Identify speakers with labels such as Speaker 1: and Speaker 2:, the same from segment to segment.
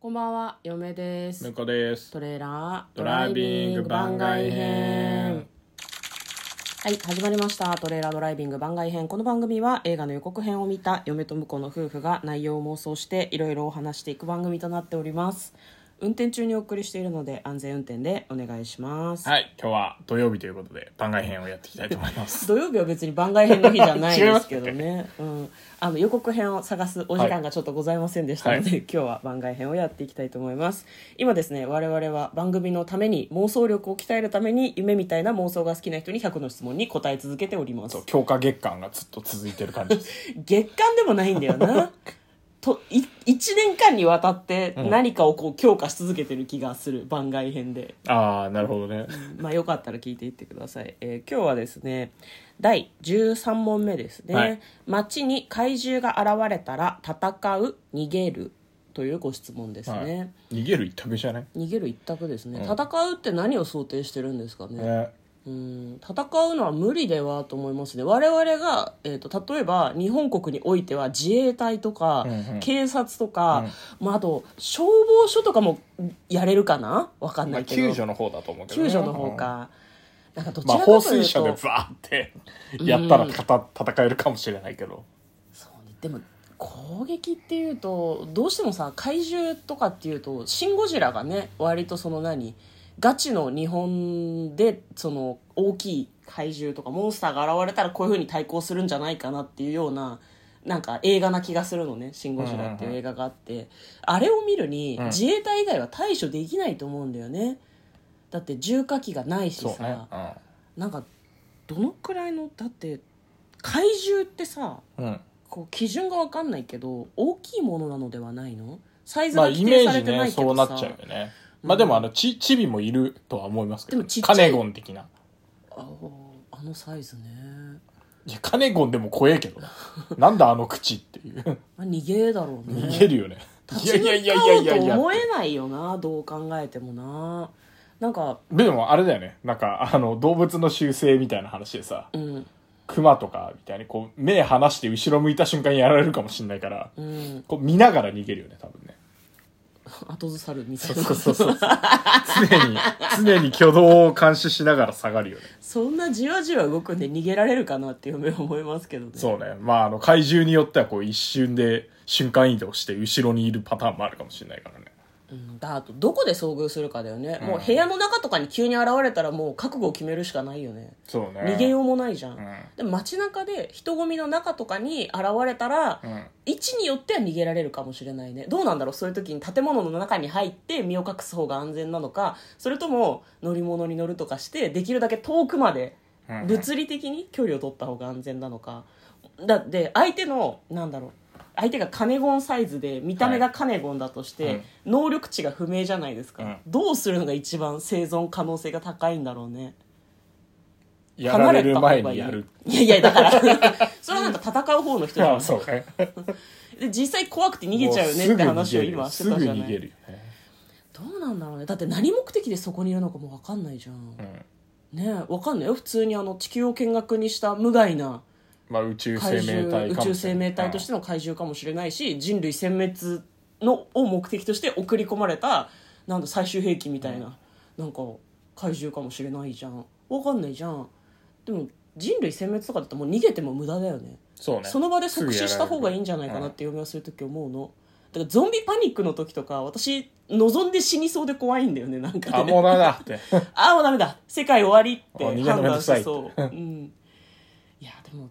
Speaker 1: こんばんは、嫁です
Speaker 2: 向。こうです
Speaker 1: トレーラー
Speaker 2: ドライビング番外編。
Speaker 1: はい、始まりました。トレーラードライビング番外編。この番組は映画の予告編を見た嫁と婿の夫婦が内容を妄想していろいろお話していく番組となっております。運転中にお送りしているので安全運転でお願いします。
Speaker 2: はい今日は土曜日ということで番外編をやっていきたいと思います
Speaker 1: 土曜日は別に番外編の日じゃないですけど ね、うん、あの予告編を探すお時間がちょっとございませんでしたので、
Speaker 2: は
Speaker 1: 今日は番外編をやっていきたいと思います今ですね我々は番組のために妄想力を鍛えるために夢みたいな妄想が好きな人に100の質問に答え続けております
Speaker 2: そう強化月間がずっと続いてる感じです
Speaker 1: 月間でもないんだよ なとい1年間にわたって何かをこう強化し続けてる気がする番外編で
Speaker 2: ああなるほどね
Speaker 1: まあよかったら聞いていってください。えー今日はですね、第13問目ですね。
Speaker 2: はい
Speaker 1: 街に怪獣が現れたら戦う、逃げるというご質問です
Speaker 2: はい
Speaker 1: ね。
Speaker 2: 逃げる一択じゃない、
Speaker 1: 逃げる一択ですね、
Speaker 2: うん
Speaker 1: 戦うって何を想定してるんですかね。
Speaker 2: ね
Speaker 1: うん戦うのは無理ではと思いますね我々が、えー、と例えば日本国においては自衛隊とか、
Speaker 2: うんうん
Speaker 1: 警察とか、まあ、あと消防署とかもやれるかなわかん
Speaker 2: ま
Speaker 1: な
Speaker 2: あ、
Speaker 1: いけど、
Speaker 2: 救助の方だと思うけど、
Speaker 1: 救
Speaker 2: ね、
Speaker 1: 助の方か、なんかど
Speaker 2: うん、
Speaker 1: ち
Speaker 2: まあ
Speaker 1: らかという
Speaker 2: 放
Speaker 1: と、
Speaker 2: 水車でバーってやったらたた戦えるかもしれないけど
Speaker 1: そうねでも攻撃っていうとどうしてもさ怪獣とかっていうと「シン・ゴジラ」がね割とその何ガチの日本でその大きい怪獣とかモンスターが現れたらこういうふうに対抗するんじゃないかなっていうようななんか映画な気がするのね「シン・ゴジラ」っていう映画があって、あれを見るに
Speaker 2: うん
Speaker 1: 自衛隊以外は対処できないと思うんだよねだって重火器がないし
Speaker 2: そ
Speaker 1: さ、
Speaker 2: うね、
Speaker 1: なんかどのくらいのだって怪獣ってさ
Speaker 2: うんうん、
Speaker 1: こう基準が分かんないけど大きいものなのではないのサイズ
Speaker 2: まあ
Speaker 1: が規
Speaker 2: イ
Speaker 1: 定
Speaker 2: メ
Speaker 1: さ
Speaker 2: ー
Speaker 1: れ
Speaker 2: ジ
Speaker 1: てな
Speaker 2: ね
Speaker 1: いけ
Speaker 2: そう
Speaker 1: ど
Speaker 2: な
Speaker 1: さ、
Speaker 2: っちゃうよね、まあでもあのちチビもいるとは思いますけど、
Speaker 1: でもちっちゃ
Speaker 2: カ
Speaker 1: い
Speaker 2: ネゴン的な
Speaker 1: あああのサイズね、
Speaker 2: いやカネゴンでも怖えけどななんだあの口っていう
Speaker 1: まあ、逃げだろうね
Speaker 2: 逃げるよね
Speaker 1: 立ち
Speaker 2: いや
Speaker 1: 向
Speaker 2: いやいや
Speaker 1: か
Speaker 2: いや
Speaker 1: おう
Speaker 2: いやい
Speaker 1: と
Speaker 2: や
Speaker 1: 思えないよなどう考えてもななんか
Speaker 2: でもあれだよねなんかあの動物の習性みたいな話でさ
Speaker 1: うん
Speaker 2: クマとかみたいにこう目離して後ろ向いた瞬間にやられるかもしんないから
Speaker 1: うん
Speaker 2: こう見ながら逃げるよね多分ね
Speaker 1: 後ずさるみた
Speaker 2: そ
Speaker 1: いうな
Speaker 2: そうそうそう常に常に挙動を監視しながら下がるよね
Speaker 1: そんなじわじわ動くんで逃げられるかなっていう夢は思いますけどね
Speaker 2: そうねまああの怪獣によってはこう一瞬で瞬間移動して後ろにいるパターンもあるかもしんないからね
Speaker 1: うんだあとどこで遭遇するかだよね、
Speaker 2: うん
Speaker 1: もう部屋の中とかに急に現れたらもう覚悟を決めるしかないよね
Speaker 2: そうね
Speaker 1: 逃げようもないじゃん、
Speaker 2: うん
Speaker 1: でも街中で人混みの中とかに現れたら、
Speaker 2: うん
Speaker 1: 位置によっては逃げられるかもしれないねどうなんだろうそういう時に建物の中に入って身を隠す方が安全なのかそれとも乗り物に乗るとかしてできるだけ遠くまで
Speaker 2: うん
Speaker 1: 物理的に距離を取った方が安全なのかだって相手のなんだろう相手がカネゴンサイズで見た目がカネゴンだとして、
Speaker 2: はいうん
Speaker 1: 能力値が不明じゃないですか、
Speaker 2: うん
Speaker 1: どうするのが一番生存可能性が高いんだろうね
Speaker 2: やられる前にやる
Speaker 1: いやいやだから それはなんか戦う方の人じゃ
Speaker 2: ま
Speaker 1: ん
Speaker 2: あ そうね
Speaker 1: で実際怖くて逃げちゃうよねって話を今してたじゃ
Speaker 2: もうすぐ逃
Speaker 1: な
Speaker 2: げ
Speaker 1: い
Speaker 2: るよね、
Speaker 1: どうなんだろうねだって何目的でそこにいるのかも分かんないじゃん
Speaker 2: うん
Speaker 1: ねえ分かんないよ普通にあの地球を見学にした無害な
Speaker 2: まあ、宇宙生
Speaker 1: 怪
Speaker 2: 命
Speaker 1: 獣
Speaker 2: 体
Speaker 1: 宇宙生命体として
Speaker 2: て、
Speaker 1: の怪獣かもしれないし人類殲滅のを目的として送り込まれたなんだ最終兵器みたいな、なんか怪獣かもしれないじゃん分かんないじゃんでも人類殲滅とかだともう逃げても無駄だよね
Speaker 2: そうね、
Speaker 1: その場で即死した方がいいんじゃないかなってて嫁はする時思うのだからゾンビパニックの時とか私望んで死にそうで怖いんだよねなん
Speaker 2: う
Speaker 1: か
Speaker 2: んあ
Speaker 1: ね
Speaker 2: もうダメだって
Speaker 1: あもうダメだ世界終わり
Speaker 2: あ逃
Speaker 1: って
Speaker 2: げんの
Speaker 1: 判
Speaker 2: めんど
Speaker 1: 断
Speaker 2: くさ
Speaker 1: し
Speaker 2: いって
Speaker 1: そう、うん、いやでも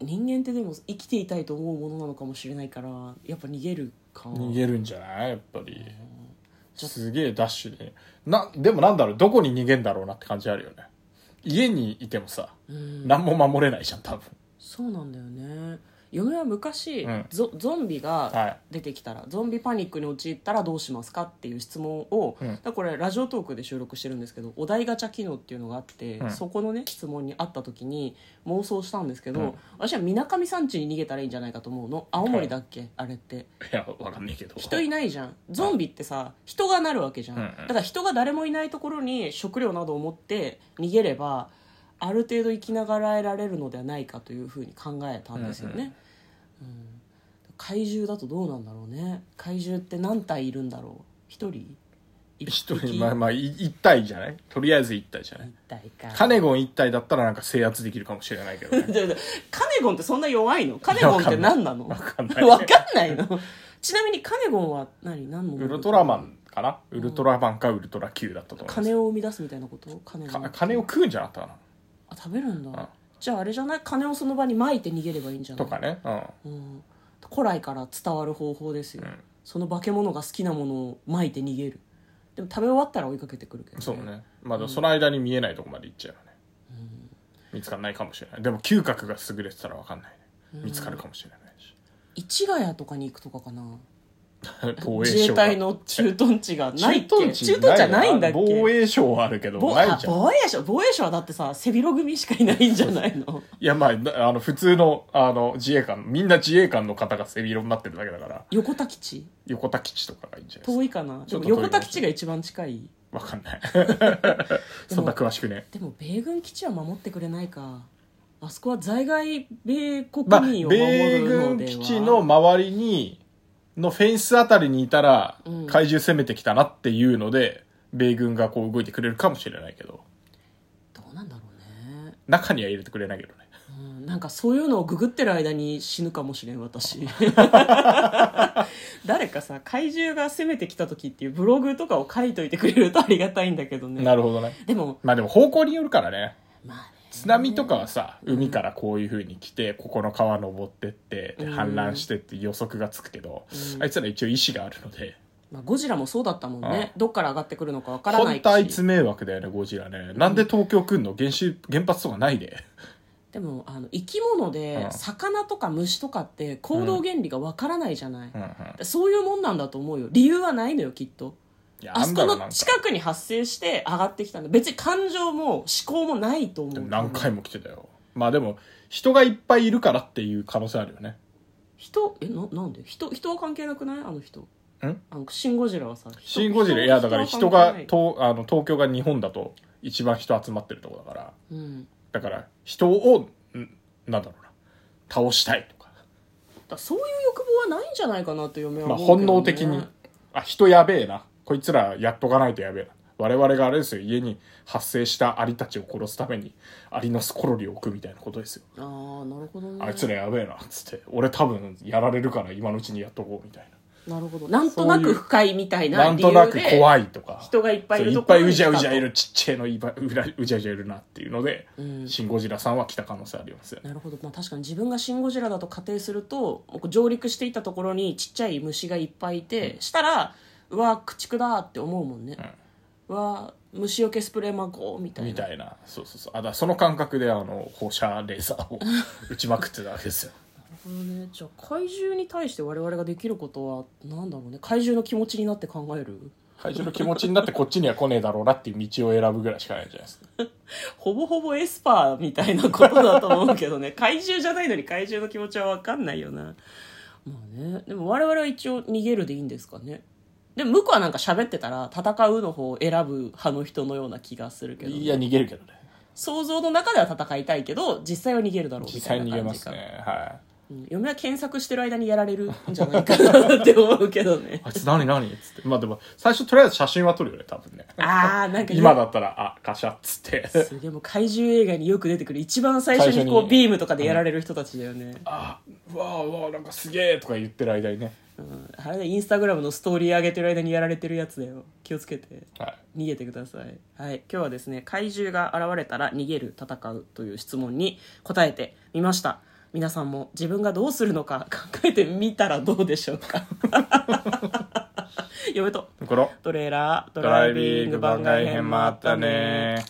Speaker 1: 人間ってでも生きていたいと思うものなのかもしれないからやっぱ逃げるか
Speaker 2: 逃げるんじゃないやっぱり
Speaker 1: ちょっ
Speaker 2: すげえダッシュでなでもなんだろうどこに逃げんだろうなって感じあるよね家にいてもさ、
Speaker 1: うん
Speaker 2: 何も守れないじゃん多分
Speaker 1: そうなんだよね嫁は昔、
Speaker 2: うん
Speaker 1: ゾゾンビが
Speaker 2: はい
Speaker 1: 出てきたらゾンビパニックに陥ったらどうしますかっていう質問を、
Speaker 2: うん
Speaker 1: だからこれラジオトークで収録してるんですけどお題ガチャ機能っていうのがあって、
Speaker 2: うん
Speaker 1: そこのね質問にあった時に妄想したんですけど、
Speaker 2: うん
Speaker 1: 私はみなかみ山地に逃げたらいいんじゃないかと思うの青森だっけ、あれって
Speaker 2: いやわかんねえけど
Speaker 1: 人いないじゃんゾンビってさ人がなるわけじゃん、
Speaker 2: うんう
Speaker 1: だ
Speaker 2: ん
Speaker 1: から人が誰もいないところに食料などを持って逃げればある程度生きながらえられるのではないかというふうに考えたんですよね、うん怪獣だとどうなんだろうね怪獣って何体いるんだろう一人一
Speaker 2: 一
Speaker 1: 匹
Speaker 2: 人まあまあい一体じゃないとりあえず一体じゃない
Speaker 1: 一体か
Speaker 2: カネゴン一体だったらなんか制圧できるかもしれないけどね
Speaker 1: ちょっとカネゴンってそんな弱いのカネゴンって何なの
Speaker 2: わ
Speaker 1: わ
Speaker 2: かんない
Speaker 1: かんないのちなみにカネゴンは何何の
Speaker 2: ウルトラマンかなウルトラマンかウルトラ Q だったと思います
Speaker 1: 金を生み出すみたいなことカネゴン
Speaker 2: か金を食うんじゃなかったか
Speaker 1: あ食べるんだ、
Speaker 2: ん
Speaker 1: じゃああれじゃない金をその場にまいて逃げればいいんじゃ
Speaker 2: な
Speaker 1: な
Speaker 2: と
Speaker 1: い
Speaker 2: かね、うん、
Speaker 1: うん、古来から伝わる方法ですよ、
Speaker 2: ん
Speaker 1: その化け物が好きなものをまいて逃げるでも食べ終わったら追いかけてくるけど、
Speaker 2: そうねまだその間に見えないとこまで行っちゃうよね、見つかんないかもしれないでも嗅覚が優れてたら分かんないね見つかるかもしれない し、
Speaker 1: 市ヶ谷とかに行くとかかな
Speaker 2: 防
Speaker 1: 自衛
Speaker 2: が
Speaker 1: 隊の駐屯地がないっけ駐
Speaker 2: 駐屯
Speaker 1: 屯
Speaker 2: 地
Speaker 1: 地じゃないんだっけ
Speaker 2: 防衛省はあるけど
Speaker 1: ぼ
Speaker 2: ない
Speaker 1: あ
Speaker 2: じゃん
Speaker 1: 防衛省防衛省はだってさ背広組しかいないんじゃない の
Speaker 2: いやまあなあの普通のあの自衛官みんな自衛官の方が背広になってるだけだから
Speaker 1: 横田基地
Speaker 2: 横田基地とかがいいんじゃないです
Speaker 1: 遠いかな
Speaker 2: ち
Speaker 1: で
Speaker 2: ょっ
Speaker 1: も
Speaker 2: と遠い
Speaker 1: 横田基地が一番近い
Speaker 2: か分かんない そんな詳しくね
Speaker 1: でも米軍基地は守ってくれないかあそこは在外米国
Speaker 2: まあ
Speaker 1: 民を守
Speaker 2: 米
Speaker 1: るの
Speaker 2: 軍
Speaker 1: では、
Speaker 2: 基地の周りにのフェンスあたりにいたら
Speaker 1: うん
Speaker 2: 怪獣攻めてきたなっていうので米軍がこう動いてくれるかもしれないけど
Speaker 1: どうなんだろうね、
Speaker 2: 中には入れてくれないけどね
Speaker 1: うん、なんかそういうのをググってる間に死ぬかもしれん 私誰かさ怪獣が攻めてきた時っていうブログとかを書いといてくれるとありがたいんだけどね
Speaker 2: なるほどね
Speaker 1: でも
Speaker 2: まあでも方向によるからね
Speaker 1: まあね
Speaker 2: 津波とかはさ海からこういうふうに来てここの川登ってってで
Speaker 1: うん
Speaker 2: 氾濫してって予測がつくけど
Speaker 1: うん
Speaker 2: あいつら一応意思があるので
Speaker 1: まあ、ゴジラもそうだったもんね、どっから上がってくるのかわからない
Speaker 2: 本当あいつ
Speaker 1: し
Speaker 2: 迷惑だよねゴジラねなんで東京来んの原子原発とかないで
Speaker 1: でもあの生き物
Speaker 2: う
Speaker 1: で
Speaker 2: ん
Speaker 1: 魚とか虫とかって行動原理がわからないじゃない、
Speaker 2: うんうん
Speaker 1: そういうもんなんだと思うよ理由はないのよきっと
Speaker 2: いや
Speaker 1: あ
Speaker 2: ん
Speaker 1: そ
Speaker 2: だ
Speaker 1: こ
Speaker 2: ろうな
Speaker 1: の
Speaker 2: んか
Speaker 1: 近くに発生して上がってきたんだ別に感情も思考もないと思
Speaker 2: で
Speaker 1: う
Speaker 2: も何回も来てたよまあでも人がいっぱいいるからっていう可能性あるよね
Speaker 1: 人えななんで人人は関係なくないあの人
Speaker 2: ん
Speaker 1: あのシン・ゴジラはさ人
Speaker 2: シン・ゴジラいやだから人
Speaker 1: は
Speaker 2: が
Speaker 1: 関係ない
Speaker 2: とあの東京が日本だと一番人集まってるとこだから
Speaker 1: うん、
Speaker 2: だから人をんなんだろうな倒したいとか、
Speaker 1: だからそういう欲望はないんじゃないかなと嫁は
Speaker 2: まあ、
Speaker 1: 思うけ
Speaker 2: 本
Speaker 1: ど、ね
Speaker 2: 能的にあ人やべえなこいつらやっとかないとやべえな我々があれですよ家に発生したアリたちを殺すためにアリのスコロリを置くみたいなことですよ
Speaker 1: ああなるほどね
Speaker 2: あいつらやべえなっつって俺多分やられるから今のうちにやっとこうみたいな
Speaker 1: なるほどなんとな
Speaker 2: そうい
Speaker 1: く
Speaker 2: う
Speaker 1: 不快みたい
Speaker 2: な
Speaker 1: なん理
Speaker 2: と
Speaker 1: 由
Speaker 2: なく
Speaker 1: で
Speaker 2: 怖いとか
Speaker 1: 人がいっぱいいる
Speaker 2: そ
Speaker 1: と
Speaker 2: ういっ
Speaker 1: こ
Speaker 2: ぱ
Speaker 1: ろ
Speaker 2: いう
Speaker 1: に
Speaker 2: じゃ
Speaker 1: 来
Speaker 2: う
Speaker 1: た
Speaker 2: じゃい
Speaker 1: と
Speaker 2: るちっちゃいのいばうらうじゃうじゃいるなっていうので、
Speaker 1: うん
Speaker 2: シン・ゴジラさんは来た可能性ありますよね
Speaker 1: なるほど、まあ、確かに自分がシン・ゴジラだと仮定すると上陸していたところにちっちゃい虫がいっぱいいて、したらうわ駆逐だって思うもんね、うわ虫よけスプレーまこうみたい
Speaker 2: み
Speaker 1: な
Speaker 2: たいなそうそうそうあだからその感覚であの放射レーザーを打ちまくってたわけですよ
Speaker 1: なるほどねじゃあ怪獣に対して我々ができることは何だろうね怪獣の気持ちになって考える
Speaker 2: 怪獣の気持ちになってこっちには来ねえだろうなっていう道を選ぶぐらいしかないんじゃないですか
Speaker 1: ほぼほぼエスパーみたいなことだと思うけどね 怪獣じゃないのに怪獣の気持ちは分かんないよなまあねでも我々は一応逃げるでいいんですかねでも向こうはなんか喋ってたら戦うの方を選ぶ派の人のような気がするけどね、
Speaker 2: いや逃げるけどね
Speaker 1: 想像の中では戦いたいけど実際は逃げるだろうみ
Speaker 2: 実
Speaker 1: たい
Speaker 2: 際
Speaker 1: な
Speaker 2: に逃げま
Speaker 1: 感じ
Speaker 2: す
Speaker 1: か、
Speaker 2: ねは
Speaker 1: う
Speaker 2: い
Speaker 1: ん、嫁は検索してる間にやられるんじゃないかなって思うけど ね
Speaker 2: あいつ何何っつってまあでも最初とりあえず写真は撮るよね多分ね
Speaker 1: ああなんか
Speaker 2: 今だったらあカシャっつって
Speaker 1: すげえもう怪獣映画によく出てくる一番最初にこ
Speaker 2: 最初
Speaker 1: う
Speaker 2: に
Speaker 1: ビームとかでやられる人たちだよね、
Speaker 2: あうわあうわあなんかすげえとか言ってる間にね
Speaker 1: うんあれねインスタグラムのストーリー上げてる間にやられてるやつだよ気をつけて
Speaker 2: はい
Speaker 1: 逃げてくださいはい今日はですね怪獣が現れたら逃げる戦うという質問に答えてみました皆さんも自分がどうするのか 考えてみたらどうでしょうか 嫁と
Speaker 2: だから
Speaker 1: トレーラード
Speaker 2: ドライビング番外編もあったね